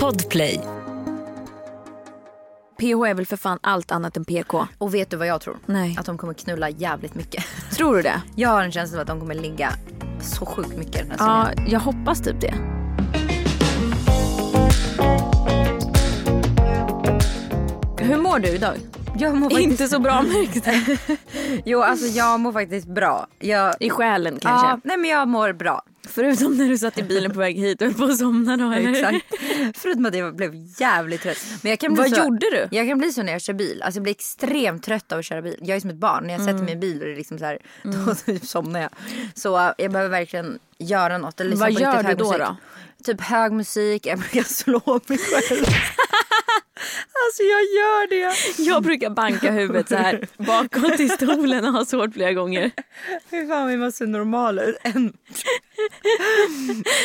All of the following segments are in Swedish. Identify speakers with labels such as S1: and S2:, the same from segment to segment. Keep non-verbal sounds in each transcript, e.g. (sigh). S1: Podplay.
S2: PH är väl för fan allt annat än PK?
S3: Och vet du vad jag tror?
S2: Nej.
S3: Att de kommer knulla jävligt mycket. (laughs)
S2: Tror du det?
S3: Jag har en känsla av att de kommer ligga så sjukt mycket den här
S2: Ja,
S3: säsongen.
S2: jag hoppas typ det. Hur mår du idag?
S3: Jag mår faktiskt...
S2: Inte så (laughs) bra märkte jag.
S3: (laughs) Jo, alltså jag mår faktiskt bra. Jag...
S2: I själen kanske.
S3: Ja, nej men jag
S2: (laughs)
S3: mår bra.
S2: Förutom när du satt i bilen på väg hit och höll på att somna då. eller?
S3: Exakt. Förutom att jag blev jävligt trött. Men jag kan bli
S2: Vad
S3: så...
S2: gjorde du?
S3: Jag kan bli så när jag kör bil. Alltså jag blir extremt trött av att köra bil. Jag är som ett barn. När jag
S2: Mm.
S3: sätter mig i bil och det är liksom så här, (laughs) då typ somnar jag. Så äh, jag behöver verkligen göra något. Eller lyssna
S2: Vad
S3: på
S2: gör
S3: riktigt
S2: du då,
S3: hög musik.
S2: då?
S3: Typ hög musik. Jag brukar (laughs) slå mig själv. (laughs) alltså jag gör det.
S2: Jag brukar banka huvudet så här bakåt i stolen och ha svårt flera gånger.
S3: Fy fan vi måste se normala ut. En-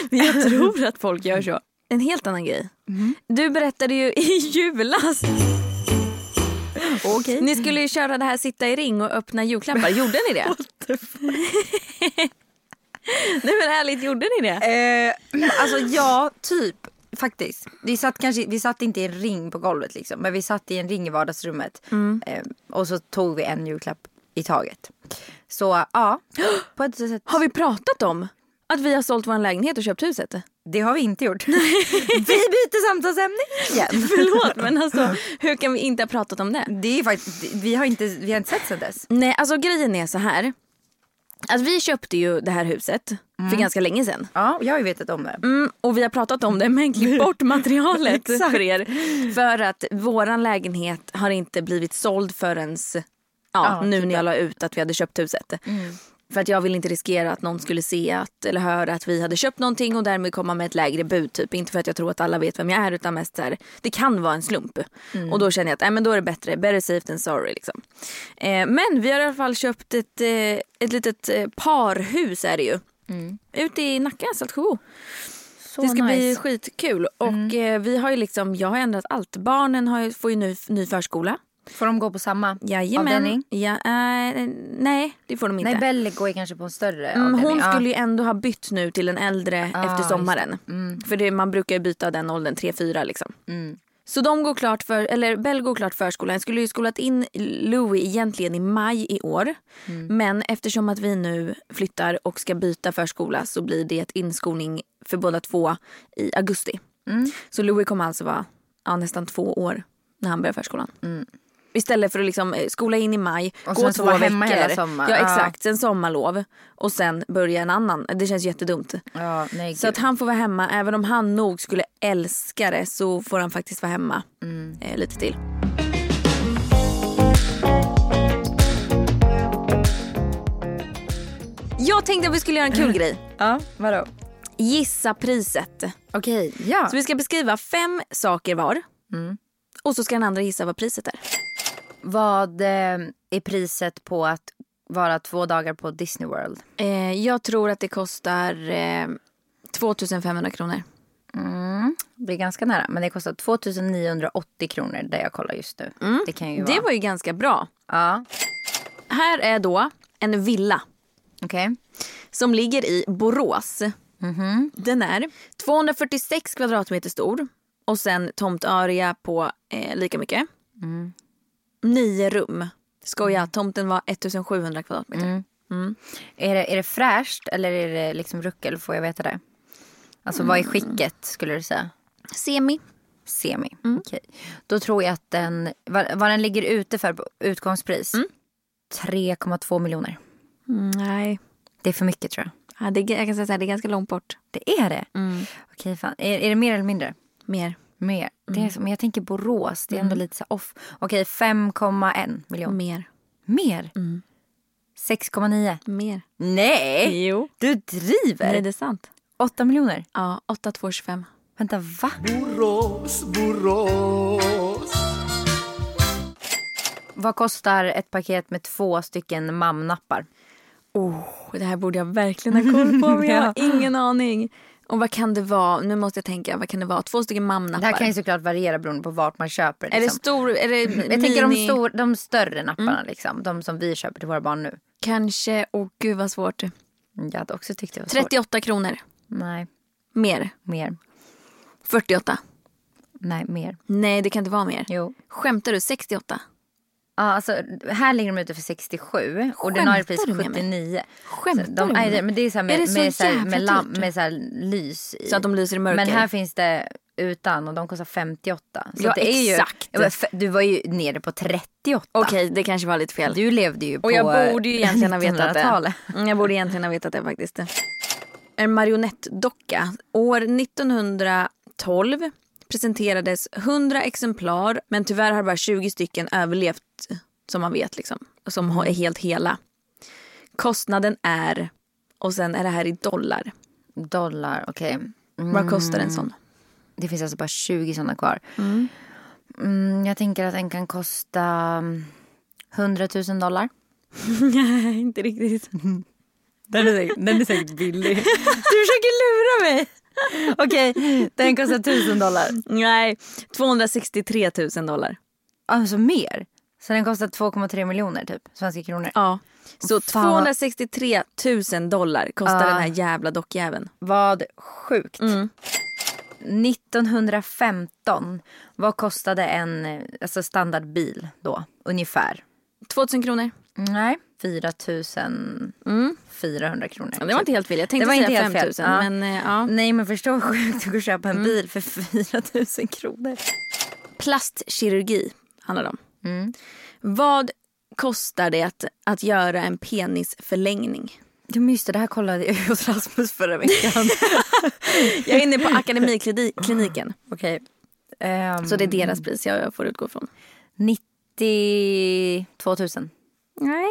S2: Men (laughs) jag tror att folk gör så. En helt annan grej. Du berättade ju i julas.
S3: Okej.
S2: Ni skulle ju köra det här sitta i ring och öppna julklappar. Gjorde ni det? (laughs) Nej men ärligt, gjorde ni det?
S3: Eh, alltså ja, typ. Faktiskt. Vi satt, kanske, vi satt inte i en ring på golvet liksom. Men vi satt i en ring i vardagsrummet. Eh, och så tog vi en julklapp i taget. Så ja, på ett (gasps) sätt.
S2: Har vi pratat om att vi har sålt vår lägenhet och köpt huset?
S3: Det har vi inte gjort. (laughs) vi byter samtalsämne
S2: (laughs)
S3: igen.
S2: Förlåt men alltså hur kan vi inte ha pratat om det?
S3: Det är faktiskt, vi har inte, vi har inte sett sedan dess.
S2: Nej, alltså grejen är så här. Att vi köpte ju det här huset för ganska länge sedan.
S3: Ja, jag har ju vetat om det.
S2: Mm, och vi har pratat om det men klippt bort materialet
S3: (laughs) Exakt.
S2: för er. För att våran lägenhet har inte blivit såld förrän ja,
S3: Ja,
S2: nu
S3: typ Mm.
S2: när jag la ut att vi hade köpt huset. För att jag ville inte riskera att någon skulle se att, eller höra att vi hade köpt någonting och därmed komma med ett lägre bud. Typ. Inte för att jag tror att alla vet vem jag är utan mest så här, det kan vara en slump.
S3: Mm.
S2: Och då känner jag att äh, men då är det bättre, better safe than sorry. Liksom. Eh, men vi har i alla fall köpt ett, eh, ett litet eh, parhus är det ju.
S3: Mm.
S2: Ute i Nacka, Saltsjöbo
S3: Så
S2: det ska bli
S3: nice. Mm.
S2: skitkul. Och eh, vi har ju liksom, jag har ändrat allt. Barnen har ju, får ju ny, ny förskola.
S3: Får de gå på samma avdelning?
S2: Jajamän. Ja, eh, nej, det får de inte.
S3: Nej, Belle går ju kanske på en större
S2: Mm, hon
S3: avdelning. Ja.
S2: skulle ju ändå ha bytt nu till en äldre
S3: Ah,
S2: efter
S3: just Mm.
S2: sommaren. För det, man brukar ju byta den åldern, 3-4 liksom. Så de går klart för, eller Bell går klart förskolan. Jag skulle ju skolat in Louis egentligen i maj i år.
S3: Mm.
S2: Men eftersom att vi nu flyttar och ska byta förskola så blir det ett inskolning för båda två i augusti. Så Louis kommer alltså vara ja, nästan två år när han börjar förskolan. Istället för att liksom eh, skola in i maj,
S3: Mm. Och
S2: gå
S3: sen så
S2: två
S3: vara
S2: veckor.
S3: hemma hela sommaren.
S2: Ja
S3: Ja.
S2: exakt sen sommarlov och sen börja en annan. Det känns jättedumt.
S3: Ja, nej,
S2: Så att han får vara hemma, även om han nog skulle älska det så får han faktiskt vara hemma
S3: Mm.
S2: eh, lite till. Jag tänkte att vi skulle göra en
S3: (clears throat)
S2: kul grej.
S3: ja, vadå?
S2: Gissa priset.
S3: Okej, ja.
S2: Så vi ska beskriva fem saker var. Mm. Och så ska den andra gissa vad priset är.
S3: Vad eh, är priset på att vara två dagar på Disney World?
S2: Eh, jag tror att det kostar eh, 2500 kronor.
S3: Mm, Det blir ganska nära, men det kostar 2980 kronor där jag kollar just nu. Det kan ju vara.
S2: Mm, Det var ju ganska bra.
S3: Ja,
S2: Här är då en villa
S3: okej. Mm-hmm.
S2: som ligger i Borås. Den är 246 kvadratmeter stor och sen tomtarea på eh, lika mycket. Mm. Nio rum. Skoja, tomten var 1700 kvadratmeter.
S3: Är, det, är det fräscht eller är det liksom ruckel? Får jag veta det? Alltså vad är
S2: Mm.
S3: skicket skulle du säga?
S2: Semi.
S3: Semi. Okej. Då tror jag att den, vad, vad den ligger ute för på utgångspris? 3,2 miljoner.
S2: Mm, nej,
S3: Det är för mycket tror jag.
S2: ja, det, jag kan säga så här, det är ganska långt bort.
S3: Det är det? Okej, fan. Är, är det mer eller mindre?
S2: Mer.
S3: Mer. Det är, som- men jag tänker Borås, det är ändå lite så här off. Okej, 5,1 miljoner.
S2: Mer.
S3: Mer? 6,9.
S2: Mer.
S3: Nej!
S2: Jo.
S3: Du driver!
S2: Nej, det är sant.
S3: 8 miljoner.
S2: Ja, 8225.
S3: Vänta, va?
S4: Borås, Borås
S3: Vad kostar ett paket med två stycken mamnappar?
S2: Oh, det här borde jag verkligen ha koll på
S3: (laughs)
S2: men jag har ingen aning. Och vad kan det vara? Nu måste jag tänka, vad kan det vara? Två stycken
S3: Det här
S2: mamnappar.
S3: kan ju såklart variera beroende på vart man köper.
S2: Är det
S3: liksom.
S2: stor, är det
S3: jag tänker de,
S2: mini- Mm.
S3: stor, de större napparna, liksom, de som vi köper till våra barn nu. Mm,
S2: Kanske, åh gud vad svårt.
S3: Jag hade också tyckt det var svårt.
S2: 38 kronor.
S3: Nej,
S2: Mer.
S3: mer.
S2: 48.
S3: Nej, mer.
S2: Nej, det kan inte vara mer.
S3: Jo.
S2: Skämtar du? 68?
S3: Ja, alltså, här ligger de ute för 67. Ordinarie pris
S2: du med mig?
S3: 79.
S2: Skämtar
S3: Så
S2: du
S3: de,
S2: med
S3: nej,
S2: mig?
S3: det- men det är så här med,
S2: Är det så
S3: med, så här,
S2: jävla
S3: med, lam,
S2: dyrt?
S3: med så här lys i.
S2: Så att de lyser i mörker.
S3: Men här finns det utan och de kostar 58. Så
S2: Ja,
S3: att det är ju,
S2: exakt.
S3: Ja, men f- Du var ju nere på 38.
S2: Okej, det kanske var lite fel.
S3: Du levde ju på eh,
S2: Och jag borde ju egentligen
S3: (laughs)
S2: ha vetat det.
S3: 1900-talet.
S2: Mm, Jag borde egentligen ha vetat det faktiskt. En marionettdocka. År 1912 presenterades 100 exemplar men tyvärr har bara 20 stycken överlevt som man vet liksom. och Som är helt hela. Kostnaden är, och sen är det här i dollar.
S3: Dollar, okej. Mm.
S2: Vad kostar en sån?
S3: Det finns alltså bara 20 sådana kvar. Mm, jag tänker att en kan kosta mm, 100 000 dollar. Mm. (laughs)
S2: Nej, inte riktigt.
S3: Den är säkert, den är säkert billig. Du försöker lura mig. (laughs) Okej, den kostar 1000 dollar.
S2: Nej, 263 000 dollar.
S3: Alltså mer. Så den kostar 2,3 miljoner typ, svenska kronor.
S2: Ja. Så
S3: Fan, vad-
S2: 263 000 dollar kostar
S3: Ja.
S2: den här jävla dockjäveln.
S3: Vad sjukt.
S2: Mm.
S3: 1915, vad kostade en eh, alltså standardbil då? Ungefär.
S2: 2000 kronor.
S3: Nej. 4 400 kronor.
S2: Ja, det var inte helt fel. Jag tänkte
S3: Mm. Det var inte
S2: säga
S3: helt fel.
S2: 5000.
S3: Ja.
S2: Men, eh, ja.
S3: Nej men förstå vad sjukt att gå och köpa en
S2: Mm.
S3: bil för 4 000 kronor.
S2: Plastkirurgi handlar det om.
S3: Mm.
S2: Vad kostar det att, att göra en penisförlängning?
S3: Ja, men just det, det här kollade jag hos Rasmus
S2: (laughs)
S3: förra veckan.
S2: Jag är inne
S3: (laughs)
S2: på Akademikliniken.
S3: Okej.
S2: Så det är deras pris jag får utgå från.
S3: 92 000.
S2: Nej.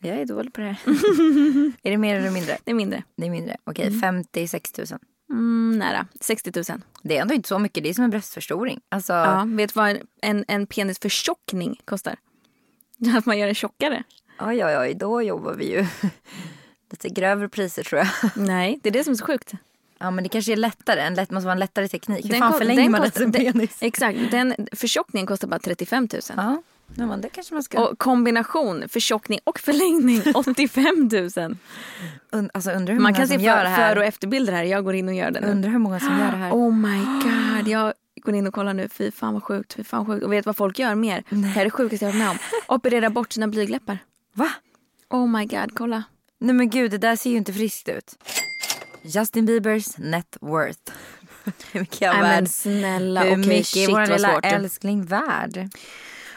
S3: Jag är dålig
S2: (laughs)
S3: på det här. är det mer eller mindre?
S2: Det är mindre.
S3: Det är mindre. Okej, 56 000.
S2: Mm, nära. 60 000.
S3: Det är ändå inte så mycket. Det är som en bröstförstoring. Alltså,
S2: Ja. Vet du vad en, en, en penisförtjockning kostar? (laughs) Att man gör den tjockare.
S3: oj, oj, oj, då jobbar vi ju (laughs) lite grövre priser tror jag.
S2: Nej, det är det som är så sjukt.
S3: (laughs) Ja, men det kanske är lättare. En lätt, måste vara en lättare teknik. Hur
S2: ko-
S3: fan förlänger man
S2: kostar-
S3: ens en
S2: den-
S3: penis?
S2: Exakt, den förtjockningen kostar bara 35 000.
S3: Ja, ja, men det kanske man ska...
S2: Och kombination förtjockning och förlängning (laughs) 85 000.
S3: und, alltså, undrar hur
S2: Man
S3: många
S2: kan se
S3: som gör
S2: för,
S3: det här.
S2: för och efterbilder här. Jag går in och gör det nu.
S3: Undrar hur många som gör det här.
S2: Oh my god. Jag går in och kollar nu. Fy fan vad sjukt. Fy fan vad sjukt. Och vet vad folk gör mer? Det här är det sjukaste jag har varit med om. Operera bort sina blygläppar.
S3: Va?
S2: Oh my god, kolla.
S3: Nej men gud, det där ser ju inte friskt ut. Justin Biebers net (laughs) worth. Hur mycket är
S2: Nej men
S3: värd?
S2: snälla.
S3: Hur
S2: Okej,
S3: mycket
S2: shit
S3: är vår
S2: vad
S3: lilla
S2: svårt. det-
S3: älskling värd?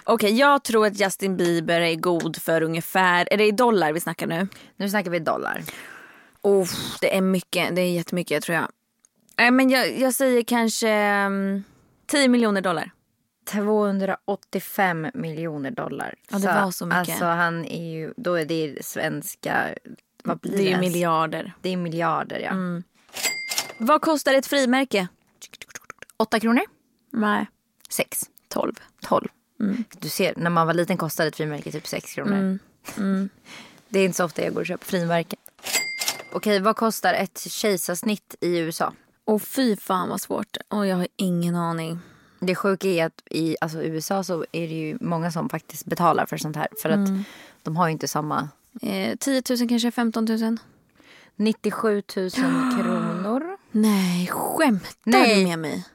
S2: Okej, jag tror att Justin Bieber är god för ungefär, är det i dollar vi snackar nu?
S3: Nu snackar vi dollar.
S2: Oh, det är mycket, det är jättemycket tror jag. Nej men jag, jag säger kanske um, 10 miljoner dollar.
S3: 285 miljoner dollar.
S2: Ja, det var så mycket.
S3: Alltså han är ju, då är det svenska, vad blir
S2: Det är Mm. ju
S3: ens?
S2: miljarder.
S3: Det är miljarder ja.
S2: Vad kostar ett frimärke?
S3: 8 kronor?
S2: Nej.
S3: 6.
S2: 12.
S3: 12. Mm.
S2: Mm.
S3: Du ser, när man var liten kostade ett frimärke typ 6 kronor.
S2: Mm.
S3: (laughs) Det är inte så ofta jag går och köper frimärken. Okej, vad kostar ett kejsarsnitt i USA?
S2: Och fy fan vad svårt. Och jag har ingen aning.
S3: Det sjuka är att i alltså, USA så är det ju många som faktiskt betalar för sånt här. För
S2: Mm.
S3: att de har ju inte samma...
S2: Eh, 10 000 kanske, 15 000?
S3: 97 000 kronor.
S2: Nej, skämtar
S3: Nej.
S2: du med mig?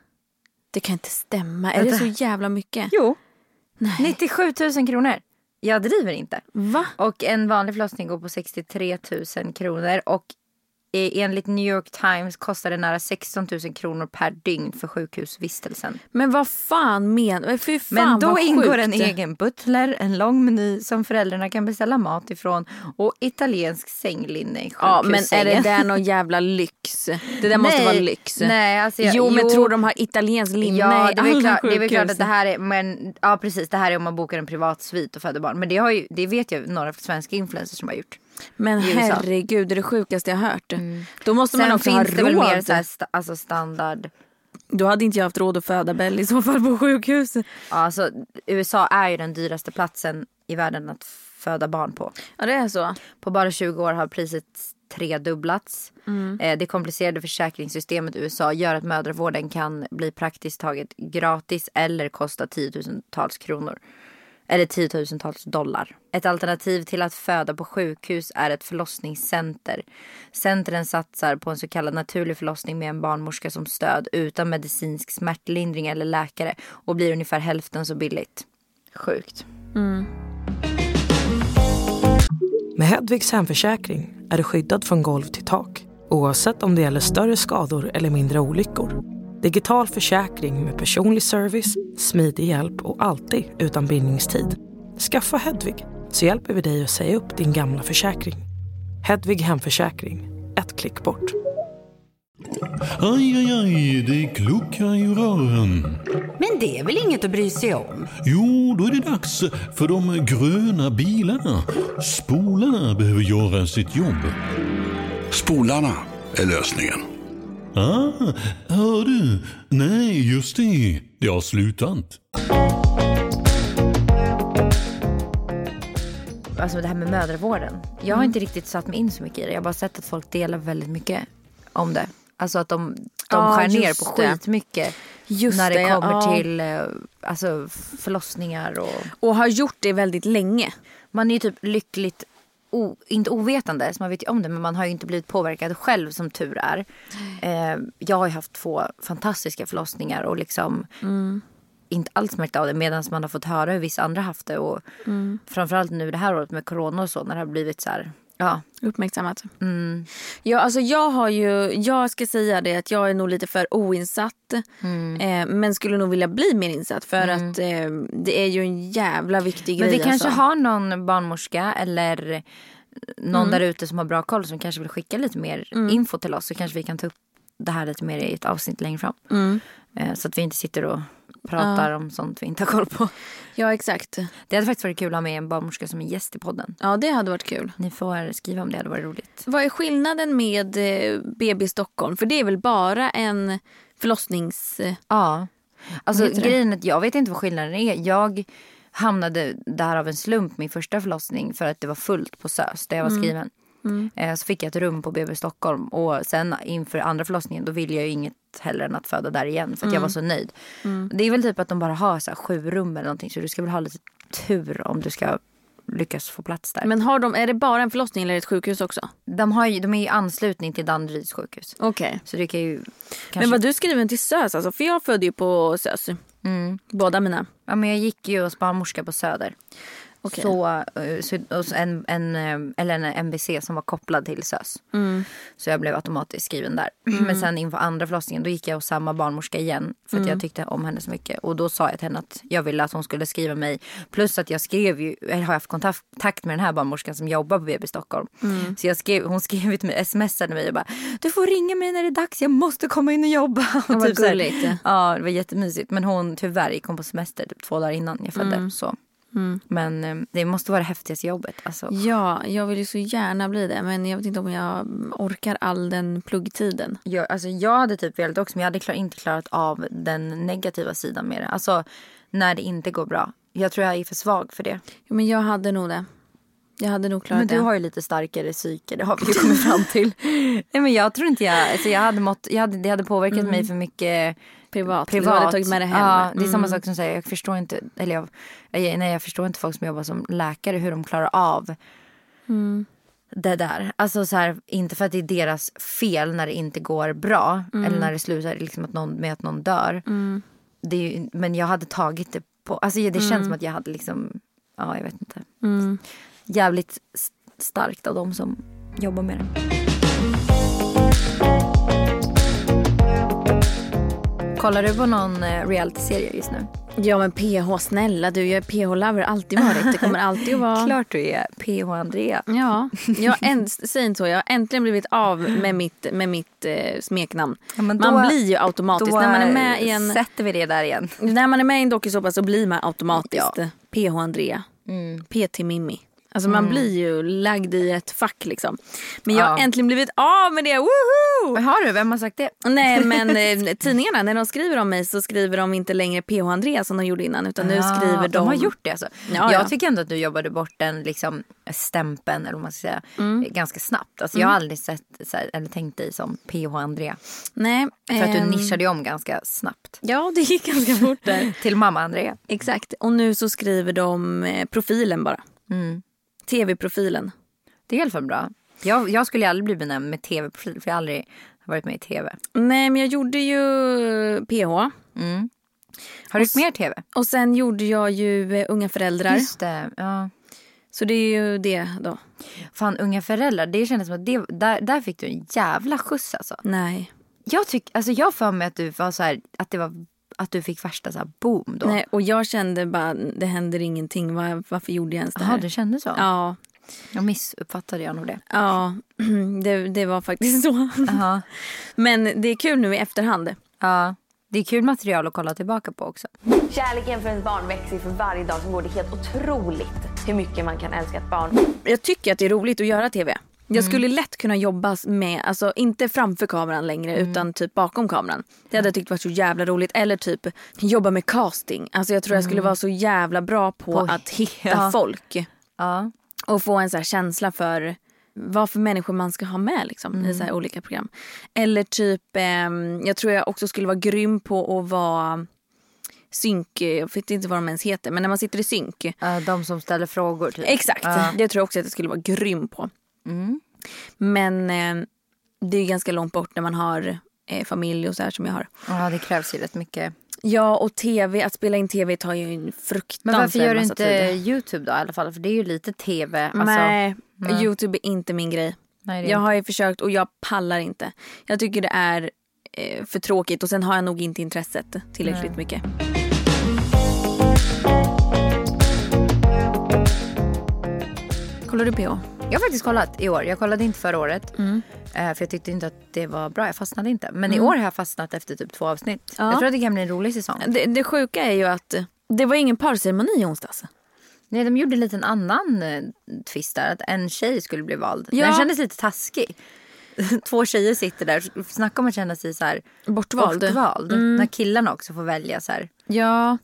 S2: Det kan inte stämma. Är det så jävla mycket?
S3: (gasps) Jo.
S2: Nej.
S3: 97 000 kronor. Jag driver inte.
S2: Va?
S3: Och en vanlig förlossning går på 63 000 kronor. Och eh, enligt New York Times kostar det nära 16 000 kronor per dygn för sjukhusvistelsen.
S2: Men vad fan menar du? Fy fan
S3: Men då
S2: vad
S3: ingår
S2: sjukt.
S3: en egen butler, en lång meny som föräldrarna kan beställa mat ifrån och italiensk sänglinne i
S2: Ja, men är det
S3: sjukhussängen.
S2: där någon jävla lyx? Det där måste
S3: Nej,
S2: vara lyx.
S3: nej, alltså jag-
S2: jo, men
S3: jo.
S2: tror de har italiensk linne
S3: Ja,
S2: i
S3: det är,
S2: alla
S3: väl klart, det är väl
S2: sjukhus?
S3: klart att det här är, men, ja precis, det här är om man bokar en privat svit och föder barn. Men det, har ju, det vet ju några svenska influencers som har gjort.
S2: Men
S3: i USA. Mm.
S2: herregud, det är det sjukaste jag hört. Då måste
S3: Sen
S2: man också ha
S3: finns det väl mer
S2: råd.
S3: så här, sta, alltså standard,
S2: Då hade inte jag haft råd att föda Bell i så fall på sjukhus.
S3: ja, alltså USA är ju den dyraste platsen i världen att föda barn på.
S2: Ja, det är så.
S3: På bara 20 år har priset tredubblats. Eh, Det komplicerade försäkringssystemet i USA gör att mödravården kan bli praktiskt taget gratis eller kosta tiotusentals kronor. Eller tiotusentals dollar. Ett alternativ till att föda på sjukhus är ett förlossningscenter. Centren satsar på en så kallad naturlig förlossning med en barnmorska som stöd utan medicinsk smärtlindring eller läkare och blir ungefär hälften så billigt. Sjukt.
S1: Med Hedvigs hemförsäkring är du skyddad från golv till tak oavsett om det gäller större skador eller mindre olyckor. Digital försäkring med personlig service, smidig hjälp och alltid utan bindningstid. Skaffa Hedvig så hjälper vi dig att säga upp din gamla försäkring. Hedvig hemförsäkring, ett klick bort.
S4: Aj, aj, aj, det kluckar i rören.
S5: Men det är väl inget att bry sig om?
S4: Jo, då är det dags för de gröna bilarna. Spolarna behöver göra sitt jobb.
S6: Spolarna är lösningen.
S4: Ah, hör du? Nej, just det. Det har slutat.
S3: Alltså det här med mödravården. Jag har
S2: Mm.
S3: inte riktigt satt mig in så mycket i det. Jag har bara sett att folk delar väldigt mycket om det. Alltså att de, de
S2: Ja,
S3: skär ner
S2: just
S3: på
S2: det.
S3: skitmycket.
S2: Just
S3: när det,
S2: det,
S3: kommer
S2: ja.
S3: till eh, alltså, förlossningar och...
S2: Och har gjort det väldigt länge.
S3: Man är ju typ lyckligt, o, inte ovetande, så man vet ju om det, men man har ju inte blivit påverkad själv som tur är. Eh, jag har ju haft två fantastiska förlossningar och liksom inte alls märkt av det medan man har fått höra hur vissa andra haft det. Och Framförallt nu det här året med corona och så när det har blivit så här, ja.
S2: Uppmärksammat.
S3: Mm.
S2: Ja, alltså jag har ju, jag ska säga det att jag är nog lite för oinsatt.
S3: Mm.
S2: Eh, men skulle nog vilja bli mer insatt för att eh, det är ju en jävla viktig
S3: Men
S2: grej.
S3: vi kanske
S2: alltså.
S3: har någon barnmorska eller någon där ute som har bra koll som kanske vill skicka lite mer info till oss så kanske vi kan ta upp det här lite mer i ett avsnitt längre fram. Eh, Så att vi inte sitter och pratar om sånt vi inte har koll på.
S2: Ja exakt.
S3: Det hade faktiskt varit kul att ha med en barnmorska som är gäst i podden.
S2: Ja det hade varit kul.
S3: Ni får skriva om det, det hade varit roligt.
S2: Vad är skillnaden med eh, BB Stockholm? För det är väl bara en förlossnings...
S3: Ja. Alltså
S2: Vad heter det?
S3: grejen är att jag vet inte vad skillnaden är. Jag hamnade där av en slump min första förlossning för att det var fullt på SÖS där jag var
S2: Mm.
S3: skriven. Eh, Så fick jag ett rum på BB Stockholm och sen inför andra förlossningen då ville jag ju inget hellre än att föda där igen för att
S2: Mm.
S3: jag var så nöjd. Det är väl typ att de bara har så här sju rum eller någonting så du ska väl ha lite tur om du ska lyckas få plats där.
S2: Men har de, är det bara en förlossning eller ett sjukhus också?
S3: de, har ju, de är ju i anslutning till Danderyds sjukhus.
S2: Okej.
S3: Så det kan ju kanske...
S2: Men var du skriven till SÖS alltså? För jag födde ju på SÖS. Båda mina.
S3: Ja, men jag gick ju hos barnmorska på Söder.
S2: Okej.
S3: Så, eh, så, och så en, en, eh, eller en MBC som var kopplad till SÖS.
S2: Mm.
S3: Så jag blev automatiskt skriven där. (clears throat) Men sen inför andra förlossningen då gick jag hos samma barnmorska igen. För att
S2: Mm.
S3: jag tyckte om henne så mycket. Och då sa jag till henne att jag ville att hon skulle skriva mig. Plus att jag skrev ju, eller har haft kontakt kontakt med den här barnmorskan som jobbar på BB Stockholm.
S2: Mm.
S3: Så jag skrev, hon skrev till mig, smsade mig och bara du får ringa mig när det är dags. Jag måste komma in och jobba. (laughs) Och typ
S2: vad
S3: så här-
S2: gulligt.
S3: Ja, det var jättemysigt. Men hon tyvärr gick hon på semester typ två dagar innan jag födde. Så. Men eh, det måste vara det häftigaste jobbet. Alltså.
S2: Ja, jag vill ju så gärna bli det men jag vet inte om jag orkar all den pluggtiden.
S3: Jag, alltså, jag hade typ velat också men jag hade klar, inte klarat av den negativa sidan med det. Alltså när det inte går bra. Jag tror jag är för svag för det.
S2: Jo, Men jag hade nog det. Jag hade nog klarat
S3: Men du
S2: det.
S3: har ju lite starkare psyke, det har vi ju kommit fram (laughs) till. Nej men jag tror inte jag, alltså jag hade mått, jag hade, det hade påverkat mig för mycket
S2: Privat. Du
S3: privat.
S2: hade tagit med det hem. Mm.
S3: Ja, det är samma sak som säger, jag förstår inte, eller jag, jag, nej, jag förstår inte folk som jobbar som läkare hur de klarar av
S2: Mm.
S3: det där. Alltså så här, inte för att det är deras fel när det inte går bra
S2: Mm.
S3: eller när det slutar liksom att någon, med att någon dör. Det är ju, men jag hade tagit det på, alltså det känns
S2: Mm.
S3: som att jag hade liksom, ja jag vet inte. Jävligt s- starkt av de som jobbar med det. Kollar du på någon eh, realityserie just nu?
S2: Ja men PH snälla du, jag är PH-lover, alltid varit. Det kommer alltid att (laughs) vara.
S3: Klart du är PH Andrea. (laughs)
S2: Ja, jag änt- säg inte så. Jag har äntligen blivit av med mitt, med mitt eh, smeknamn.
S3: Ja, men då-
S2: man blir ju automatiskt.
S3: Då
S2: När man är med i en,
S3: sätter vi det där igen.
S2: när man är med i en dokusåpa så blir man automatiskt
S3: Ja.
S2: PH Andrea. PT Mimmi. Alltså man blir ju lagd i ett fack liksom. Men jag har
S3: Mm. Ja.
S2: äntligen blivit av med det, woho!
S3: Vad har du? Vem har sagt det?
S2: Nej men eh, tidningarna när de skriver om mig så skriver de inte längre PH Andreas som de gjorde innan utan nu
S3: Ah,
S2: skriver de...
S3: De har gjort det alltså.
S2: Ja,
S3: jag
S2: ja.
S3: tycker ändå att du jobbade bort den liksom, stämpeln eller vad man ska säga,
S2: Mm.
S3: ganska snabbt. Alltså, Jag har aldrig sett så här, eller tänkt dig som PH Andrea.
S2: Nej.
S3: För att du
S2: ehm,
S3: nischade ju om ganska snabbt.
S2: Ja det gick ganska fort där.
S3: Till mamma Andrea.
S2: Exakt och nu så skriver de eh, profilen bara. Tv-profilen.
S3: Det är i alla fall bra. Jag, jag skulle ju aldrig bli benämnd med tv-profil för jag har aldrig varit med i tv.
S2: Nej men jag gjorde ju eh, PH
S3: Har du gjort mer tv?
S2: och sen gjorde jag ju eh, Unga föräldrar.
S3: Just det. Ja.
S2: Så det är ju det då.
S3: Fan, unga föräldrar. Det kändes som att det, där, där fick du en jävla skjuts alltså.
S2: Nej.
S3: Jag tycker, alltså jag har för mig att du var så här, att det var att du fick värsta så här boom då.
S2: Nej, och jag kände bara det händer ingenting. Var, varför gjorde jag ens det
S3: Jaha,
S2: här?
S3: du kände så?
S2: Ja,
S3: Jag missuppfattade jag nog det.
S2: ja (clears throat) det, det var faktiskt så.
S3: Jaha.
S2: Men det är kul nu i efterhand.
S3: Ja. Det är kul material att kolla tillbaka på också.
S7: Kärleken för ens barn växer ju för varje dag som går. Det är helt otroligt hur mycket man kan älska ett barn. Mm.
S2: Jag tycker att det är roligt att göra tv. Jag skulle lätt kunna jobba med, alltså inte framför kameran längre
S7: Mm.
S2: utan typ bakom kameran. Det hade jag tyckt varit så jävla roligt. Eller typ jobba med casting. Alltså jag tror jag skulle
S7: Mm.
S2: vara så jävla bra på
S3: Oj.
S2: att hitta
S3: Ja.
S2: folk.
S3: Ja.
S2: Och få en så här känsla för vad för människor man ska ha med liksom,
S7: Mm.
S2: i så här olika program. Eller typ, ehm, jag tror jag också skulle vara grym på att vara synk, eh, jag vet inte vad de ens heter, men när man sitter i synk.
S3: Ja, de som ställer frågor typ.
S2: Exakt,
S3: Ja. Mm.
S2: det tror jag också att jag skulle vara grym på. Men eh, det är ju ganska långt bort när man har eh, familj och så här som jag har.
S3: Ja, det krävs ju rätt mycket.
S2: Ja, och tv, att spela in tv tar ju en fruktansvärd
S3: Men varför gör du
S2: massa
S3: inte Youtube då i alla fall? För det är ju lite tv. Alltså,
S2: nej,
S3: nej.
S2: Youtube är inte min grej.
S3: Nej, det är
S2: jag
S3: inte.
S2: har ju försökt och jag pallar inte. Jag tycker det är eh, för tråkigt och sen har jag nog inte intresset tillräckligt mycket. Kollar du PH?
S3: Jag har faktiskt kollat i år. Jag kollade inte förra året. Eh, För jag tyckte inte att det var bra. Jag fastnade inte. Men i år har jag fastnat efter typ två avsnitt.
S2: Ja.
S3: Jag tror att det kan bli en rolig säsong.
S2: Det, det sjuka är ju att det var ingen parceremoni i onsdags.
S3: Nej, de gjorde en liten annan eh, twist där. Att en tjej skulle bli vald.
S2: Ja.
S3: Den kändes lite taskig. (laughs) Två tjejer sitter där. Snacka om att känna sig så här
S2: Bortvald.
S3: bortvald.
S2: Mm.
S3: När killarna också får välja så här.
S2: Ja.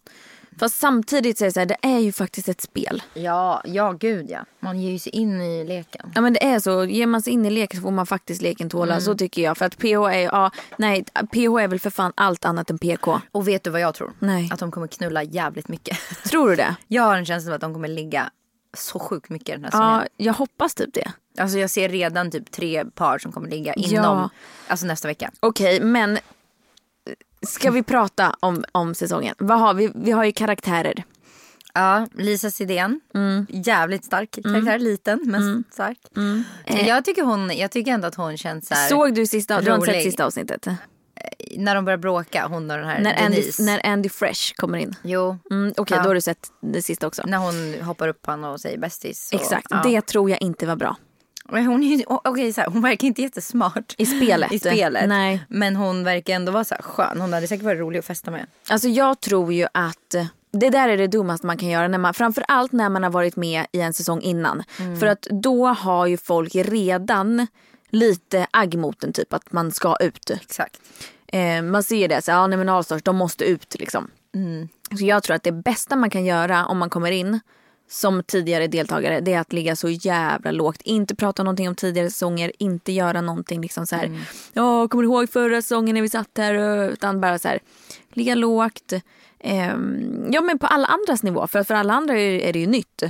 S2: Fast samtidigt så är det så här, det är ju faktiskt ett spel.
S3: Ja, ja gud ja. Man ger ju sig in i leken.
S2: Ja men det är så, ger man sig in i leken så får man faktiskt leken tåla. Så tycker jag. För att PH är, ja, nej, PH är väl för fan allt annat än PK.
S3: Och vet du vad jag tror?
S2: Nej.
S3: Att de kommer knulla jävligt mycket. (laughs)
S2: Tror du det?
S3: jag har en känsla av att de kommer ligga så sjukt mycket den här säsongen.
S2: Ja, jag hoppas typ det.
S3: Alltså jag ser redan typ tre par som kommer ligga inom
S2: Ja.
S3: alltså nästa vecka.
S2: Okej, men eh, ska vi prata om, om säsongen? Vad har vi? Vi har ju karaktärer.
S3: Ja, Lisa Sidén.
S2: Mm.
S3: Jävligt stark karaktär. Liten men stark. Eh,
S2: Eh.
S3: Jag, tycker hon, jag tycker ändå att hon känns så här.
S2: Såg du sista, du har inte sett
S3: rolig.
S2: sista avsnittet?
S3: När de börjar bråka, hon och den här
S2: När Andy,
S3: Denise.
S2: när Andy Fresh kommer in.
S3: Jo,
S2: Mm, Okej,
S3: Ja.
S2: då har du sett det sista också.
S3: när hon hoppar upp på honom och säger bästis. och-
S2: Exakt,
S3: ja.
S2: det tror jag inte var bra.
S3: Men hon, är ju- o- okej, så här, hon verkar inte jättesmart.
S2: I spelet.
S3: (laughs) I spelet.
S2: Nej.
S3: Men hon verkar ändå vara så här skön. Hon hade säkert varit rolig att festa med.
S2: Alltså jag tror ju att eh, det där är det dummaste man kan göra. När man, framförallt när man har varit med i en säsong innan.
S3: Mm.
S2: För att då har ju folk redan lite agg mot en typ att man ska ut.
S3: Exakt.
S2: Eh, man ser ju det, så, här, ja, nej, men Allstars de måste ut liksom. Så jag tror att det bästa man kan göra om man kommer in som tidigare deltagare det är att ligga så jävla lågt. Inte prata någonting om tidigare säsonger, inte göra någonting liksom så här. Ja, kommer du ihåg förra säsongen när vi satt här? Ö, Utan bara så här, ligga lågt. Ehm, ja men på alla andras nivå, för att för alla andra är, är det ju nytt.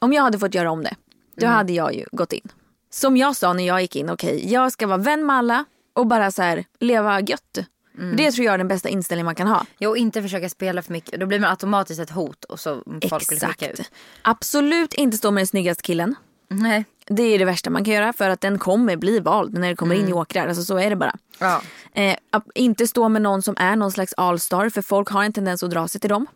S2: Om jag hade fått göra om det, då hade jag ju gått in. Som jag sa när jag gick in, okej jag ska vara vän med alla och bara så här, leva gött. Det tror jag är den bästa inställningen man kan ha.
S3: Jo, inte försöka spela för mycket. Då blir man automatiskt ett hot och så folk skulle skicka ut.
S2: Absolut inte stå med den snyggaste killen.
S3: Nej.
S2: Det är det värsta man kan göra för att den kommer bli vald när det kommer in i åkrar. Alltså så är det bara.
S3: Mm. Ja.
S2: Eh, att inte stå med någon som är någon slags allstar för folk har en tendens att dra sig till dem.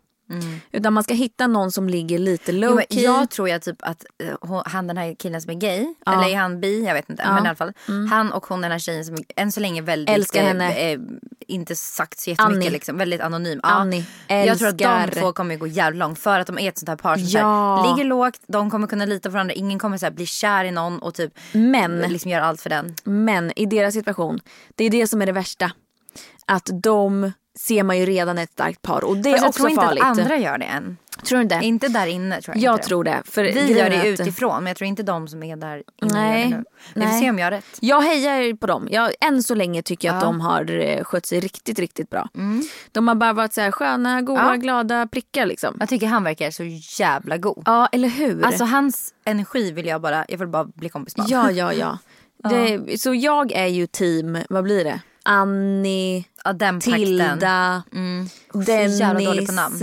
S2: Utan man ska hitta någon som ligger lite
S3: Mm. Jo,
S2: low
S3: men
S2: key.
S3: Jag tror jag typ att eh, hon- han den här killen som är gay, eller är han bi, jag vet inte. Men i alla fall, han och hon den här tjejen som är, än så länge väldigt,
S2: Mm. Älskar henne.
S3: eh, inte sagt så jättemycket
S2: Annie.
S3: liksom, väldigt anonym.
S2: Annie
S3: Jag tror att de
S2: älskar-
S3: två kommer gå jävligt långt för att de är ett sånt här par som så
S2: Ja.
S3: här, ligger lågt, de kommer kunna lita på varandra, ingen kommer så här, bli kär i någon och typ
S2: Men-
S3: liksom göra allt för den.
S2: Men i deras situation, det är det som är det värsta. Att de ser man ju redan ett starkt par och det
S3: Fast
S2: är
S3: jag
S2: också
S3: tror inte
S2: farligt.
S3: att andra gör det än.
S2: Tror du inte?
S3: Inte där inne tror jag
S2: jag
S3: inte
S2: tror det. För
S3: Vi
S2: grejen
S3: gör
S2: är
S3: det
S2: att-
S3: utifrån men jag tror inte de som är där inne
S2: Nej.
S3: gör det nu. Vi får
S2: Nej.
S3: se om jag har rätt.
S2: Jag hejar på dem. Jag, än så länge tycker jag att
S3: Ja. Mm.
S2: de har eh, skött sig riktigt, riktigt bra. De har bara varit så här sköna, goda,
S3: Ja.
S2: glada prickar liksom.
S3: Jag tycker han verkar så jävla god.
S2: Ja, eller hur?
S3: (laughs) Alltså hans energi vill jag bara, jag vill bara bli kompis med
S2: ja, ja, ja. Det, så jag är ju team, vad blir det? Annie,
S3: ja, den pakten.
S2: Tilda,
S3: Så Mm. jävla
S2: Dennis.
S3: dålig på namn.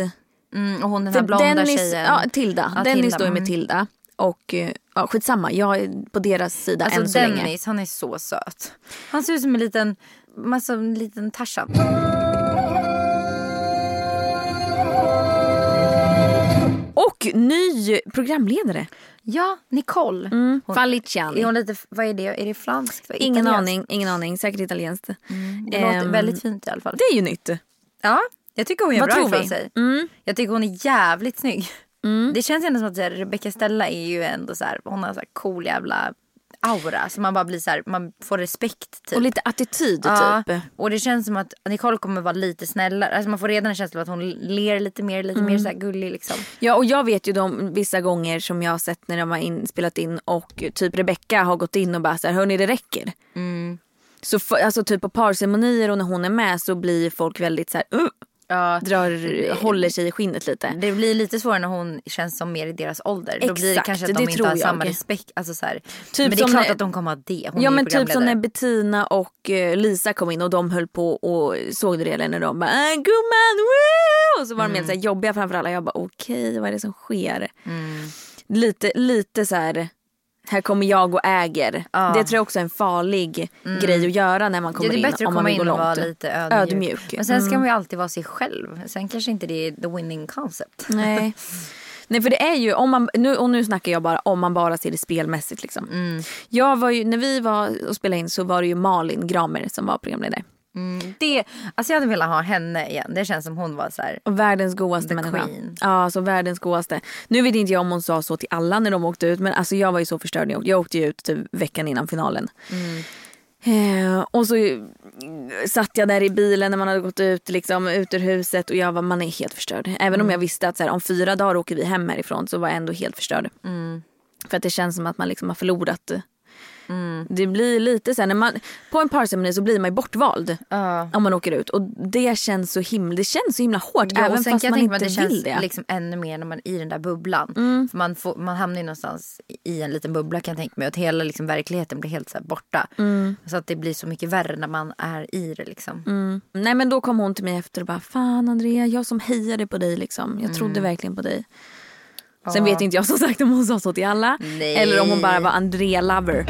S3: Mm, och hon den här
S2: För
S3: blonda
S2: Dennis,
S3: tjejen.
S2: Ja, Tilda.
S3: Ja,
S2: Dennis
S3: Tilda,
S2: står ju
S3: mm.
S2: med Tilda. Och eh, ja, skitsamma, jag är på deras sida
S3: Alltså
S2: än så
S3: Dennis,
S2: länge.
S3: han är så söt. Han ser ut som en liten, massa, en liten Tarzan.
S2: Och ny programledare.
S3: Ja, Nicole. Hon,
S2: Faliciani.
S3: är hon lite, vad är det? Är det franskt? Vad är
S2: Ingen
S3: italienskt? Mm,
S2: aning, ingen aning. Säkert italienskt.
S3: Det låter
S2: Ehm,
S3: väldigt fint i alla fall.
S2: Det är ju nytt.
S3: Ja, jag tycker hon gör
S2: Vad
S3: bra
S2: tror
S3: ifrån
S2: vi? Mm.
S3: sig. Jag tycker hon är jävligt snygg. Det känns ändå som att så här, Rebecca Stella är ju ändå så här, hon har så här cool jävla aura. Så man bara blir så här, man får respekt typ.
S2: Och lite attityd
S3: Ja,
S2: typ.
S3: och det känns som att Nicole kommer vara lite snällare. Alltså man får redan en känsla av att hon ler lite mer, lite
S2: Mm.
S3: mer så här gullig liksom.
S2: Ja och jag vet ju de vissa gånger som jag har sett när de har in, spelat in och typ Rebecca har gått in och bara så här, hörni det räcker. Så för, alltså typ på parceremonier och när hon är med så blir folk väldigt så här, "Ugh",
S3: Ja,
S2: drar, håller sig i skinnet lite.
S3: det blir lite svårare när hon känns som mer i deras ålder. Då blir det
S2: Exakt,
S3: kanske att de
S2: det
S3: inte
S2: tror
S3: har
S2: jag.
S3: samma respekt. Alltså så här.
S2: Typ
S3: men det är
S2: som
S3: klart
S2: när-
S3: att de kommer ha det. Hon
S2: Ja
S3: är ju
S2: men typ som
S3: programledare.
S2: när Bettina och eh, Lisa kom in och de höll på och såg det redan när de bara äh, “gumman, woo!” och så var
S3: Mm.
S2: de helt så här jobbiga framför alla. Jag bara okej vad är det som sker?
S3: Mm.
S2: Lite, lite så här här kommer jag och äger. Det tror jag också är en farlig grej att göra när man kommer
S3: Mm. ja, det är
S2: in
S3: bättre
S2: om
S3: att
S2: man
S3: komma
S2: vill
S3: in
S2: gå
S3: och
S2: långt.
S3: vara lite ödmjuk. Mm.
S2: Ödmjuk.
S3: Men sen ska man ju alltid vara sig själv. Sen kanske inte det är the winning concept. (laughs)
S2: Nej. Nej för det är ju, om man, nu, och nu snackar jag bara om man bara ser det spelmässigt. Liksom.
S3: Mm.
S2: Jag var ju, när vi var och spelade in så var det ju Malin Gramer som var programledare.
S3: Det, alltså jag hade velat ha henne igen. Det känns som hon var så här.
S2: Och världens godaste
S3: The
S2: människa.
S3: queen.
S2: Ja, alltså världens godaste. Nu vet inte jag om hon sa så till alla när de åkte ut men alltså jag var ju så förstörd när jag åkte. Jag åkte ju ut typ veckan innan finalen.
S3: Mm.
S2: Eh, och så eh, satt jag där i bilen när man hade gått ut, liksom, ut ur huset och jag var, man är helt förstörd. Även om
S3: Mm.
S2: jag visste att så här, om fyra dagar åker vi hem härifrån så var jag ändå helt förstörd. För att det känns som att man liksom har förlorat. eh,
S3: Mm.
S2: Det blir lite så här, när man, på en parceremoni så blir man ju bortvald om man åker ut. Och det känns så himla, det känns så himla hårt
S3: Ja,
S2: även
S3: och sen
S2: fast
S3: kan jag
S2: man inte
S3: tänka mig att det Mm.
S2: vill
S3: känns
S2: det.
S3: Liksom ännu mer när man är i den där bubblan. För man, får, man hamnar ju någonstans i en liten bubbla kan jag tänka mig. Att hela liksom verkligheten blir helt så här borta. Så att det blir så mycket värre när man är i det liksom.
S2: Nej men då kom hon till mig efter och bara Fan Andrea, jag som hejade på dig liksom. Jag trodde
S3: Mm.
S2: verkligen på dig. Sen vet inte jag som sagt om hon sa så till alla.
S3: Nej.
S2: Eller om hon bara var Andrea lover.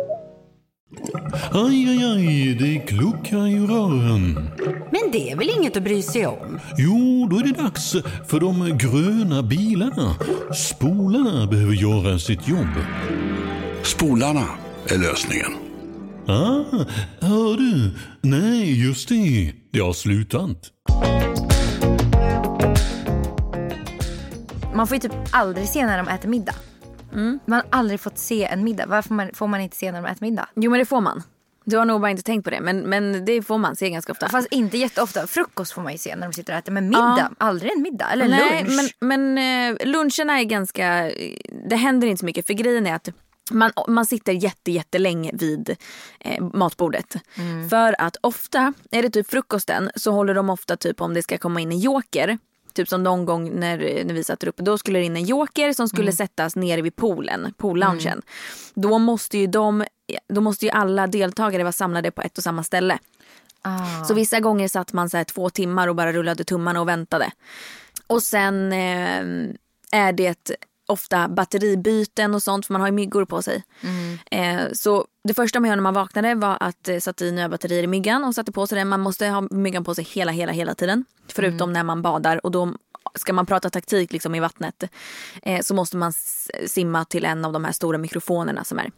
S4: Aj, aj, aj, det kluckar i rören.
S5: Men det är väl inget att bry sig om?
S4: Jo, då är det dags för de gröna bilarna. Spolarna behöver göra sitt jobb.
S6: Spolarna är lösningen.
S4: Ah, hör du? Nej, just det. Det har slutat.
S3: Man får ju typ aldrig se när de äter middag. Man har aldrig fått se en middag. Varför man, får man inte se när de äter middag?
S2: Jo men det får man. Du har nog bara inte tänkt på det. Men, men det får man se ganska ofta.
S3: Fast inte jätteofta. Frukost får man ju se när de sitter och äter. Men middag, aldrig en middag. Eller
S2: Nej,
S3: lunch.
S2: Men, men eh, luncherna är ganska... Det händer inte så mycket. För grejen är att man, man sitter jätte, jättelänge vid eh, matbordet.
S3: Mm.
S2: För att ofta, är det typ frukosten, så håller de ofta typ om det ska komma in en joker. Typ som någon gång när, när vi satt där uppe, då
S3: Mm.
S2: skulle det in en joker som skulle sättas nere vid poolen, poolloungen. Då måste ju de då måste ju alla deltagare vara samlade på ett och samma ställe. Så vissa gånger satt man så här två timmar och bara rullade tummarna och väntade. Och sen eh, är det ofta batteribyten och sånt för man har ju myggor på sig. Eh, så det första man gör när man vaknade var att eh, sätta i nya batterier i myggan och satte på sig den. Man måste ha myggan på sig hela, hela, hela tiden. Förutom när man badar och då ska man prata taktik liksom i vattnet eh, så måste man s- simma till en av de här stora mikrofonerna som är.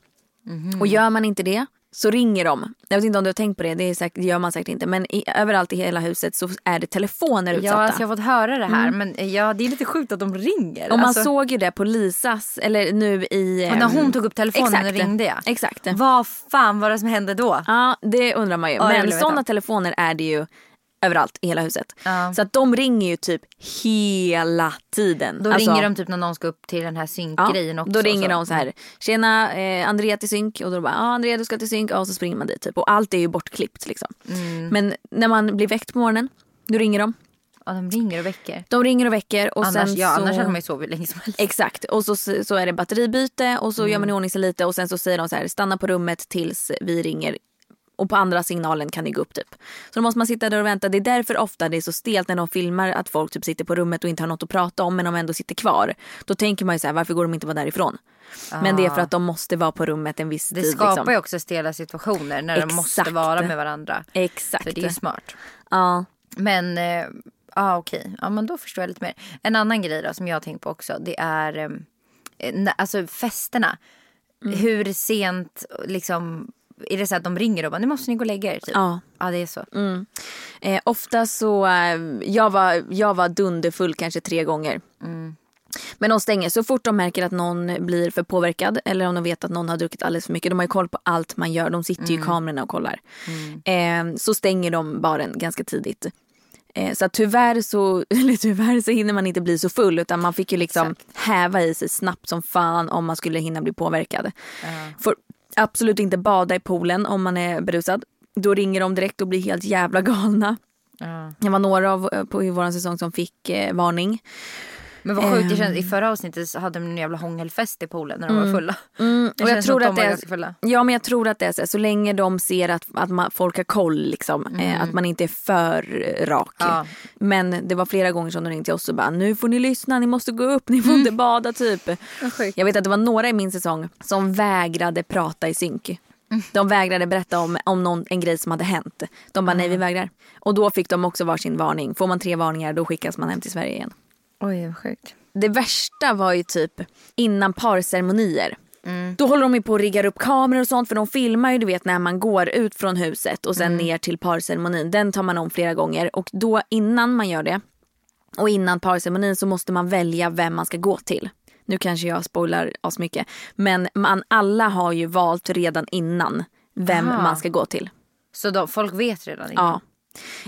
S2: Och
S3: Mm.
S2: gör man inte det så ringer de. Jag vet inte om du har tänkt på det, det, är säkert, det gör man säkert inte. Men i, överallt i hela huset så är det telefoner
S3: Ja,
S2: utsatta.
S3: alltså jag har fått höra det här. Men eh, ja, det är lite sjukt att de ringer.
S2: Och man
S3: Alltså,
S2: såg ju det på Lisas, eller nu i...
S3: och när
S2: ehm,
S3: hon tog upp telefonen
S2: exakt.
S3: ringde jag.
S2: Exakt.
S3: Vad fan var det som hände då?
S2: Ja, det undrar man ju.
S3: Ja, jag
S2: Men
S3: vill veta.
S2: sådana telefoner är det ju överallt i hela huset.
S3: Ja.
S2: Så att de ringer ju typ hela tiden.
S3: Då
S2: Alltså-
S3: ringer de typ när någon ska upp till den här synkgrejen också. alltså.
S2: Då ringer
S3: så.
S2: de så här, tjena eh, Andrea till synk och då bara, ja ah, Andrea du ska till synk Ja, och så springer man dit typ och allt är ju bortklippt liksom.
S3: Mm.
S2: Men när man blir väckt på morgonen, då ringer de.
S3: Ja, de ringer och väcker.
S2: De ringer och väcker och
S3: annars,
S2: sen
S3: ja,
S2: så...
S3: annars hade man ju sovit länge som helst.
S2: Exakt och så, så är det batteribyte och så gör
S3: Mm.
S2: man i ordning sig lite och sen så säger de så här, stanna på rummet tills vi ringer och på andra signalen kan ni gå upp typ. Så då måste man sitta där och vänta. Det är därför ofta det är så stelt när de filmar att folk typ sitter på rummet och inte har något att prata om men de ändå sitter kvar. Då tänker man ju så här, varför går de inte bara därifrån? Men det är för att de måste vara på rummet en viss
S3: Ah. Det
S2: tid.
S3: skapar
S2: liksom.
S3: ju också stela situationer när de måste
S2: Exakt.
S3: vara med varandra.
S2: Exakt.
S3: För det är ju smart.
S2: Ja.
S3: Men eh, ja, okej. Ja, men då förstår jag lite mer. En annan grej då, som jag har tänkt på också. Det är eh, när- alltså festerna.
S2: Mm.
S3: Hur sent liksom. Är det så att de ringer och bara nu måste ni gå och lägga er? Typ.
S2: Ja.
S3: ja, det är så.
S2: Eh, ofta så, eh, jag var, jag var dunderfull kanske tre gånger. Men de stänger så fort de märker att någon blir för påverkad eller om de vet att någon har druckit alldeles för mycket. De har ju koll på allt man gör. De sitter ju i kamerorna och kollar. Eh, så stänger de baren ganska tidigt. Eh, så att tyvärr så, (laughs) eller tyvärr så hinner man inte bli så full utan man fick ju liksom häva i sig snabbt som fan om man skulle hinna bli påverkad. Får absolut inte bada i poolen om man är berusad. Då ringer de direkt och blir helt jävla galna. Det var några av, eh, på, i vår säsong som fick eh, varning.
S3: Men vad sjukt det känns.
S2: Ehm.
S3: I förra avsnittet så hade de en jävla hångelfest i poolen när de var fulla. Det
S2: Mm. Och jag
S3: känns som
S2: tror att
S3: de
S2: det
S3: var
S2: är,
S3: ganska fulla.
S2: ja, men jag tror att det är så, här, så länge de ser att, att man, folk har koll, liksom, eh, att man inte är för eh, rak.
S3: Mm. Ja.
S2: Men det var flera gånger som de ringde till oss och bara nu får ni lyssna, ni måste gå upp, ni får
S3: Mm.
S2: inte bada
S3: (laughs)
S2: typ. Jag vet att det var några i min säsong som vägrade prata i synk.
S3: Mm.
S2: De vägrade berätta om, om någon, en grej som hade hänt. De bara nej
S3: Ah.
S2: vi vägrar. Och då fick de också varsin varning. Får man tre varningar då skickas man hem till Sverige igen.
S3: Oj, vad sjukt.
S2: Det värsta var ju typ innan parceremonier. Då håller de ju på och riggar upp kameror och sånt för de filmar ju du vet när man går ut från huset och sen ner till parceremonin. Den tar man om flera gånger och då innan man gör det och innan parceremonin så måste man välja vem man ska gå till. Nu kanske jag spoilar oss mycket men man, alla har ju valt redan innan vem
S3: Aha.
S2: man ska gå till.
S3: Så de, folk vet redan innan?
S2: Ja.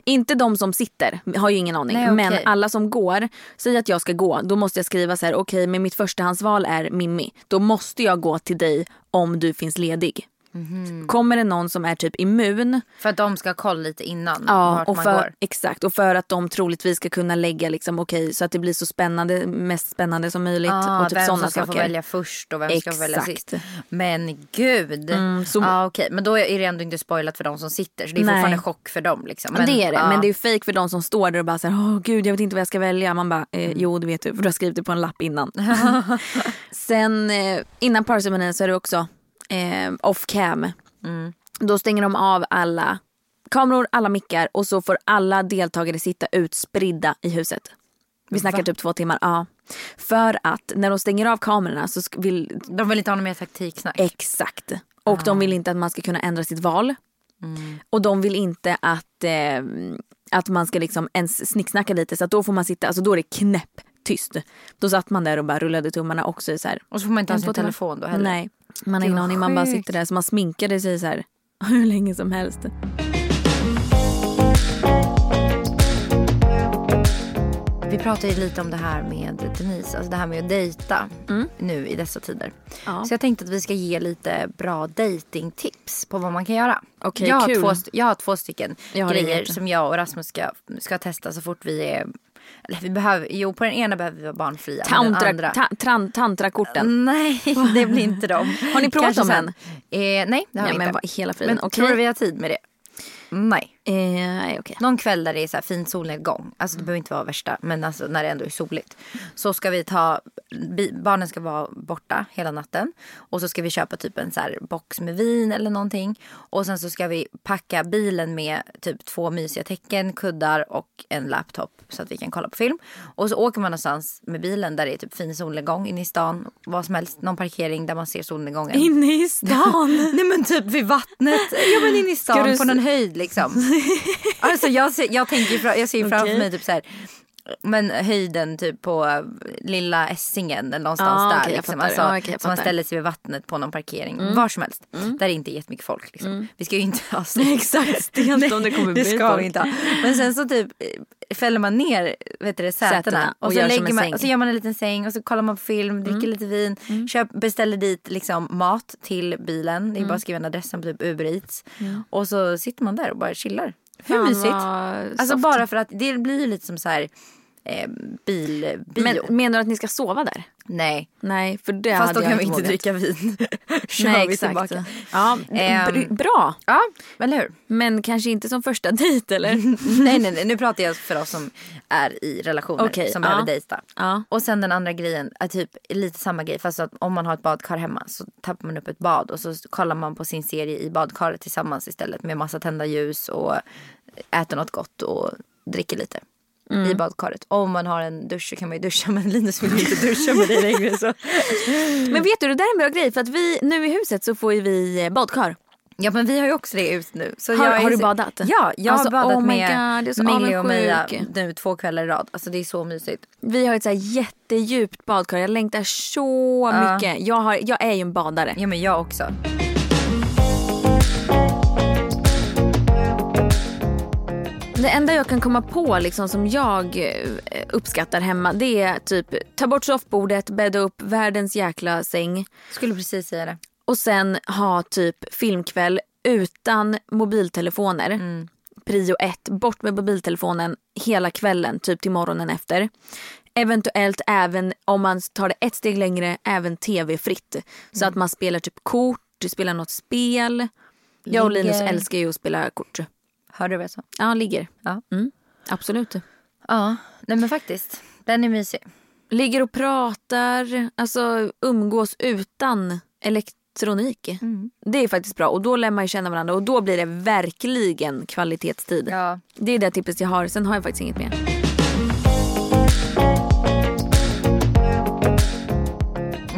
S2: Inte de som sitter, har ju ingen aning.
S3: Nej, okej.
S2: Men alla som går, säg att jag ska gå, då måste jag skriva så här, okej men mitt förstahandsval är Mimmi. Då måste jag gå till dig om du finns ledig.
S3: Mhm.
S2: Kommer det någon som är typ immun,
S3: För att de ska ha koll lite innan vart
S2: och
S3: man
S2: för,
S3: går.
S2: Exakt, och för att de troligtvis ska kunna lägga liksom, okej så att det blir så spännande, mest spännande som möjligt.
S3: Ah,
S2: och typ
S3: vem
S2: sådana
S3: som ska
S2: saker.
S3: få välja först och vem som ska få välja sist.
S2: Exakt.
S3: Men gud.
S2: så-
S3: ah, okej. Men då är det ändå inte spoilat för de som sitter. Så det är
S2: Nej.
S3: fortfarande chock för dem. Liksom. Men,
S2: det är det,
S3: ah.
S2: men det är ju fake för de som står där och bara säger åh gud jag vet inte vad jag ska välja. Man bara, eh,
S3: Mm.
S2: jo det vet du för du har skrivit det på en lapp
S3: (laughs)
S2: innan. Sen eh, innan parceremonin så är det också eh, off cam.
S3: Mm.
S2: Då stänger de av alla kameror, alla mickar och så får alla deltagare sitta utspridda i huset. Vi snackar typ två timmar. Ja. För att när de stänger av kamerorna så sk- vill
S3: De vill inte ha någon mer taktiksnack.
S2: Exakt. Och de
S3: Ah.
S2: vill inte att man ska kunna ändra sitt val.
S3: Mm.
S2: Och de vill inte att, eh, att man ska liksom ens snicksnacka lite. Så att då får man sitta, alltså då är det knäpptyst. Då satt man där och bara rullade tummarna också i så här.
S3: och så får man inte ha
S2: en, två
S3: sin
S2: timmar.
S3: telefon då heller.
S2: Nej, man har ingen
S3: vad
S2: aning. Man bara
S3: sjukt.
S2: sitter där. Så man sminkade sig så här (laughs) hur länge som helst.
S3: Vi pratade ju lite om det här med Denise, alltså det här med att dejta nu i dessa tider.
S2: Mm. Ja.
S3: Så jag tänkte att vi ska ge lite bra dejtingtips på vad man kan göra.
S2: Okej,
S3: jag, har
S2: kul.
S3: två, st- jag har två stycken
S2: Jag har
S3: grejer
S2: inget.
S3: som jag och Rasmus ska, ska testa så fort vi är Eller vi behöver, jo på den ena behöver vi vara barnfria. men den
S2: Tantra,
S3: andra...
S2: ta, tran, tantrakorten. (laughs)
S3: Nej, det blir inte dem.
S2: Har ni provat
S3: Kanske
S2: om
S3: sen.
S2: än?
S3: Eh, nej, det har
S2: Nej,
S3: vi
S2: men
S3: inte.
S2: vad i hela friden.
S3: Men
S2: Okej.
S3: tror du vi har tid med det? Nej.
S2: Eh, nej, okej.
S3: Någon kväll där det är så här fin solnedgång, alltså det behöver inte vara värsta, men alltså när det ändå är soligt. Så ska vi ta, bi- barnen ska vara borta hela natten. Och så ska vi köpa typ en så här box med vin eller någonting. Och sen så ska vi packa bilen med typ två mysiga täcken, kuddar och en laptop så att vi kan kolla på film. Och så åker man någonstans med bilen där det är typ fin solnedgång inne i stan. Vad som helst, någon parkering där man ser solnedgången.
S2: Inne i
S3: (laughs)
S2: stan.
S3: Nej men typ vid vattnet. Ja men in i stan
S2: Ska du
S3: på
S2: s-
S3: någon
S2: (laughs)
S3: höjd liksom. Alltså jag ser, jag tänker, ju fra- jag ser ju framför
S2: Okej.
S3: mig typ så här. Men höjden typ på eh, lilla Essingen eller någonstans
S2: Ah,
S3: där.
S2: okej, jag
S3: liksom.
S2: fattar.
S3: alltså,
S2: Ah, okej, jag
S3: så man
S2: fattar. Mm.
S3: ställer sig vid vattnet på någon parkering. Var som helst. Där det inte är jättemycket folk. Liksom. Vi ska ju inte
S2: (laughs)
S3: ha så
S2: Exakt, stelt om det kommer bli
S3: det ska
S2: folk.
S3: vi inte ha. Men sen så typ eh, fäller man ner vet du, det, sätena,
S2: Sätena och
S3: och, så
S2: gör som
S3: lägger
S2: en
S3: man,
S2: säng. Mm.
S3: och så gör man en liten säng och så kollar man på film, dricker lite vin, köp, beställer dit liksom mat till bilen. Det är
S2: Mm.
S3: bara att skriva en adress på typ Uber Eats. Och så sitter man där och bara chillar. Hur
S2: Fan,
S3: mysigt?
S2: vad
S3: Alltså
S2: soft.
S3: bara för att det blir ju lite som så här eh, bil, bio.
S2: Men, menar du att ni ska sova där?
S3: Nej,
S2: Nej, för det
S3: fast
S2: hade
S3: då
S2: jag
S3: kan vi
S2: inte
S3: inte
S2: vågat.
S3: dricka vin. (laughs) Kör
S2: Nej,
S3: vi
S2: exakt.
S3: tillbaka.
S2: Ja,
S3: Ehm.
S2: br- bra,
S3: Ja, eller hur?
S2: men kanske inte som första dejt eller?
S3: (laughs) nej, nej, nej, nu pratar jag för oss som är i relationer
S2: Okej,
S3: som
S2: ja.
S3: behöver dejta.
S2: Ja.
S3: Och sen den andra grejen är typ lite samma grej fast att om man har ett badkar hemma så tappar man upp ett bad och så kollar man på sin serie i badkaret tillsammans istället med massa tända ljus och äter något gott och dricker lite.
S2: Mm.
S3: I badkaret. Om man har en dusch så kan man ju duscha (laughs) men Linus vill ju inte duscha med dig längre. Så.
S2: Men vet du, det där är en bra grej för att vi, nu i huset så får ju vi eh, badkar.
S3: Ja men vi har ju också det ut nu. Så
S2: Har-
S3: jag är
S2: har du
S3: så-
S2: badat?
S3: Ja, jag
S2: Alltså,
S3: har badat
S2: oh my
S3: med
S2: God, jag är så
S3: Millie och Meja
S2: avundsjuk.
S3: nu två kvällar i rad. Alltså det är så mysigt.
S2: Vi har ett så här jättedjupt badkar, jag längtar så mycket. Jag, har, jag är ju en badare.
S3: Ja men jag också.
S2: Det enda jag kan komma på liksom, som jag eh, uppskattar hemma det är typ ta bort soffbordet, bädda upp världens jäkla säng
S3: Skulle precis säga det.
S2: och sen ha typ filmkväll utan mobiltelefoner.
S3: Mm.
S2: Prio ett, bort med mobiltelefonen hela kvällen, typ till morgonen efter. Eventuellt även, om man tar det ett steg längre, även tv-fritt.
S3: Mm.
S2: Så att man spelar typ kort, du spelar något spel. Jag och Linus
S3: Ligger.
S2: älskar ju att spela kort.
S3: Hörde du vad jag sa?
S2: Ja, ligger.
S3: Ja.
S2: Mm, absolut.
S3: Ja, nej men faktiskt. Den är mysig.
S2: Ligger och pratar, alltså umgås utan elektronik.
S3: Mm.
S2: Det är faktiskt bra och då lär man ju känna varandra och då blir det verkligen kvalitetstid.
S3: Ja.
S2: Det är det tipset jag har, sen har jag faktiskt inget mer.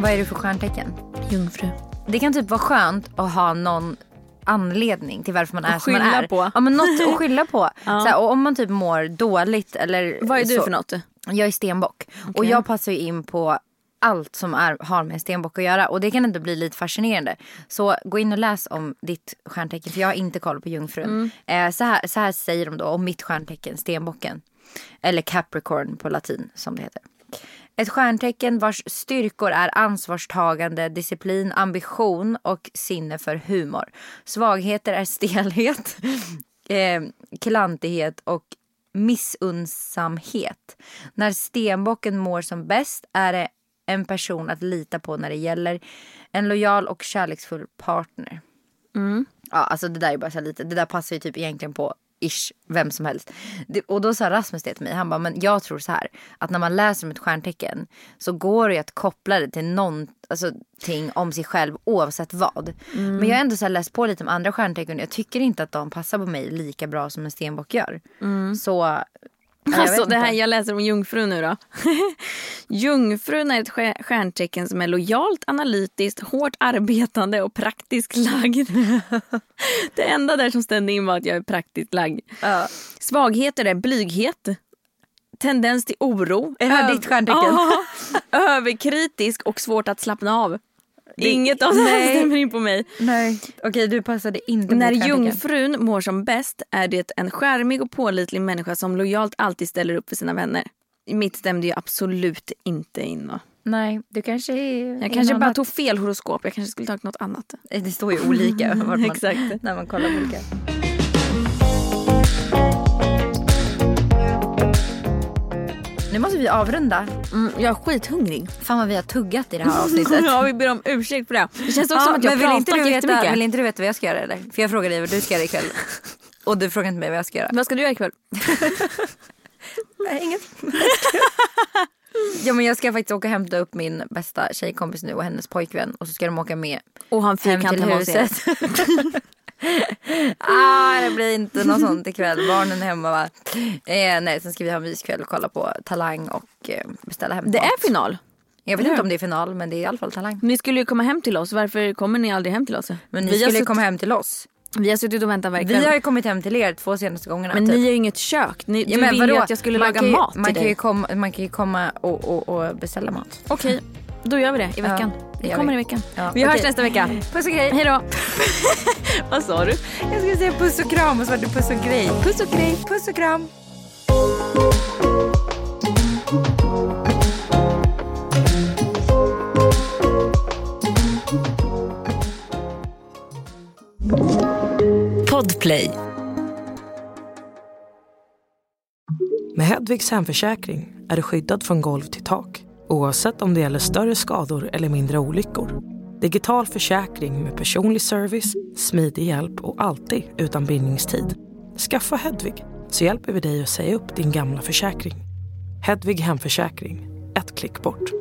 S3: Vad är du för stjärntecken?
S2: Jungfru.
S3: Det kan typ vara skönt att ha någon anledning till varför man är som man
S2: skylla
S3: är.
S2: på.
S3: Ja men något att skylla (laughs) på. så här, och om man typ mår dåligt eller
S2: Vad är du
S3: så,
S2: för något?
S3: Jag är stenbock. Och jag passar ju in på allt som är, har med en stenbock att göra. Och det kan ändå bli lite fascinerande. Så gå in och läs om ditt stjärntecken. För jag har inte koll på jungfrun. Eh, så, här, så här säger de då om mitt stjärntecken, stenbocken. Eller Capricorn på latin som det heter. Ett stjärntecken vars styrkor är ansvarstagande, disciplin, ambition och sinne för humor. Svagheter är stelhet, (laughs) eh, klantighet och missunnsamhet. När stenbocken mår som bäst är det en person att lita på när det gäller. En lojal och kärleksfull partner. Ja, alltså det där är bara så här lite, det där passar ju typ egentligen på ish, vem som helst. Det, och då sa Rasmus det till mig, han bara, men jag tror så här, att när man läser om ett stjärntecken så går det ju att koppla det till någonting alltså, ting om sig själv oavsett vad.
S2: Mm.
S3: Men jag har ändå så här läst på lite om andra stjärntecken och jag tycker inte att de passar på mig lika bra som en stenbock gör. Så, ja, jag
S2: Mm. Alltså
S3: vet
S2: det här,
S3: inte.
S2: jag läser om jungfrun nu då. (laughs) jungfrun är ett stjär- stjärntecken som är lojalt, analytiskt, hårt arbetande och praktiskt
S3: (laughs)
S2: lagd. det enda där som stämde in var att jag är praktiskt lagd.
S3: Ja.
S2: Svagheter är blyghet, tendens till oro.
S3: Är det här
S2: öv-
S3: ditt stjärntecken?
S2: Ja, (laughs) överkritisk och svårt att slappna av. Inget av det här
S3: Nej.
S2: stämmer in på mig.
S3: Nej, okej du passade inte
S2: När
S3: mot stjärntecken.
S2: jungfrun mår som bäst är det en skärmig och pålitlig människa som lojalt alltid ställer upp för sina vänner. Mitt stämde ju absolut inte in. va?
S3: Nej, du kanske är... är
S2: Jag kanske
S3: någon
S2: bara
S3: annan.
S2: tog fel horoskop. Jag kanske skulle tagit något annat.
S3: Eh, Det står ju (laughs) olika vart man,
S2: Exakt.
S3: när man kollar på olika. nu måste vi avrunda.
S2: Mm, jag är skithungrig.
S3: Fan vad vi har tuggat i det här (laughs) avsnittet.
S2: Ja, vi ber om ursäkt för det. Det känns också som att jag
S3: men vill
S2: pratar
S3: inte, du veta,
S2: jättemycket.
S3: vill inte du veta vad jag ska göra eller? För jag frågade dig vad du ska göra (laughs) ikväll. Och du frågade inte mig vad jag ska göra.
S2: Vad ska du göra ikväll?
S3: Nej, inget. (laughs) ja men jag ska faktiskt åka och hämta upp min bästa tjejkompis nu och hennes pojkvän. Och så ska de åka med
S2: Och ha en
S3: hem
S2: fikant
S3: till
S2: hemma hos er.
S3: huset. (laughs) ah, det blir inte något sånt ikväll. Barnen är hemma va? Eh, nej, sen ska vi ha en myskväll och kolla på Talang och eh, beställa hem
S2: Det
S3: mat.
S2: är final.
S3: Jag vet inte om det är final men det är i alla fall Talang.
S2: Ni skulle ju komma hem till oss. Varför kommer ni aldrig hem till oss?
S3: Men ni
S2: vi, har
S3: skulle ju
S2: sutt-
S3: komma hem till oss.
S2: vi har suttit och väntat verkligen.
S3: Vi har ju kommit hem till er två senaste gångerna.
S2: Men
S3: typ.
S2: ni har ju inget kök. Ni,
S3: Ja,
S2: du
S3: men
S2: ville ju
S3: vadå?
S2: att jag skulle
S3: man
S2: laga
S3: kan ju,
S2: mat till
S3: man kan,
S2: dig.
S3: ju komma, man kan ju komma och, och, och beställa mat.
S2: Okej, då gör vi det i veckan. vi
S3: gör
S2: kommer
S3: vi.
S2: i veckan.
S3: Ja,
S2: vi hörs
S3: okej.
S2: nästa vecka.
S3: Puss och grej.
S2: Hej då. Vad sa du?
S3: Jag skulle säga puss och kram och så var det puss och grej. Puss och grej. Puss och kram.
S5: Podplay.
S1: Med Hedvigs hemförsäkring är du skyddad från golv till tak oavsett om det gäller större skador eller mindre olyckor. Digital försäkring med personlig service, smidig hjälp och alltid utan bindningstid. Skaffa Hedvig så hjälper vi dig att säga upp din gamla försäkring. Hedvig hemförsäkring, ett klick bort.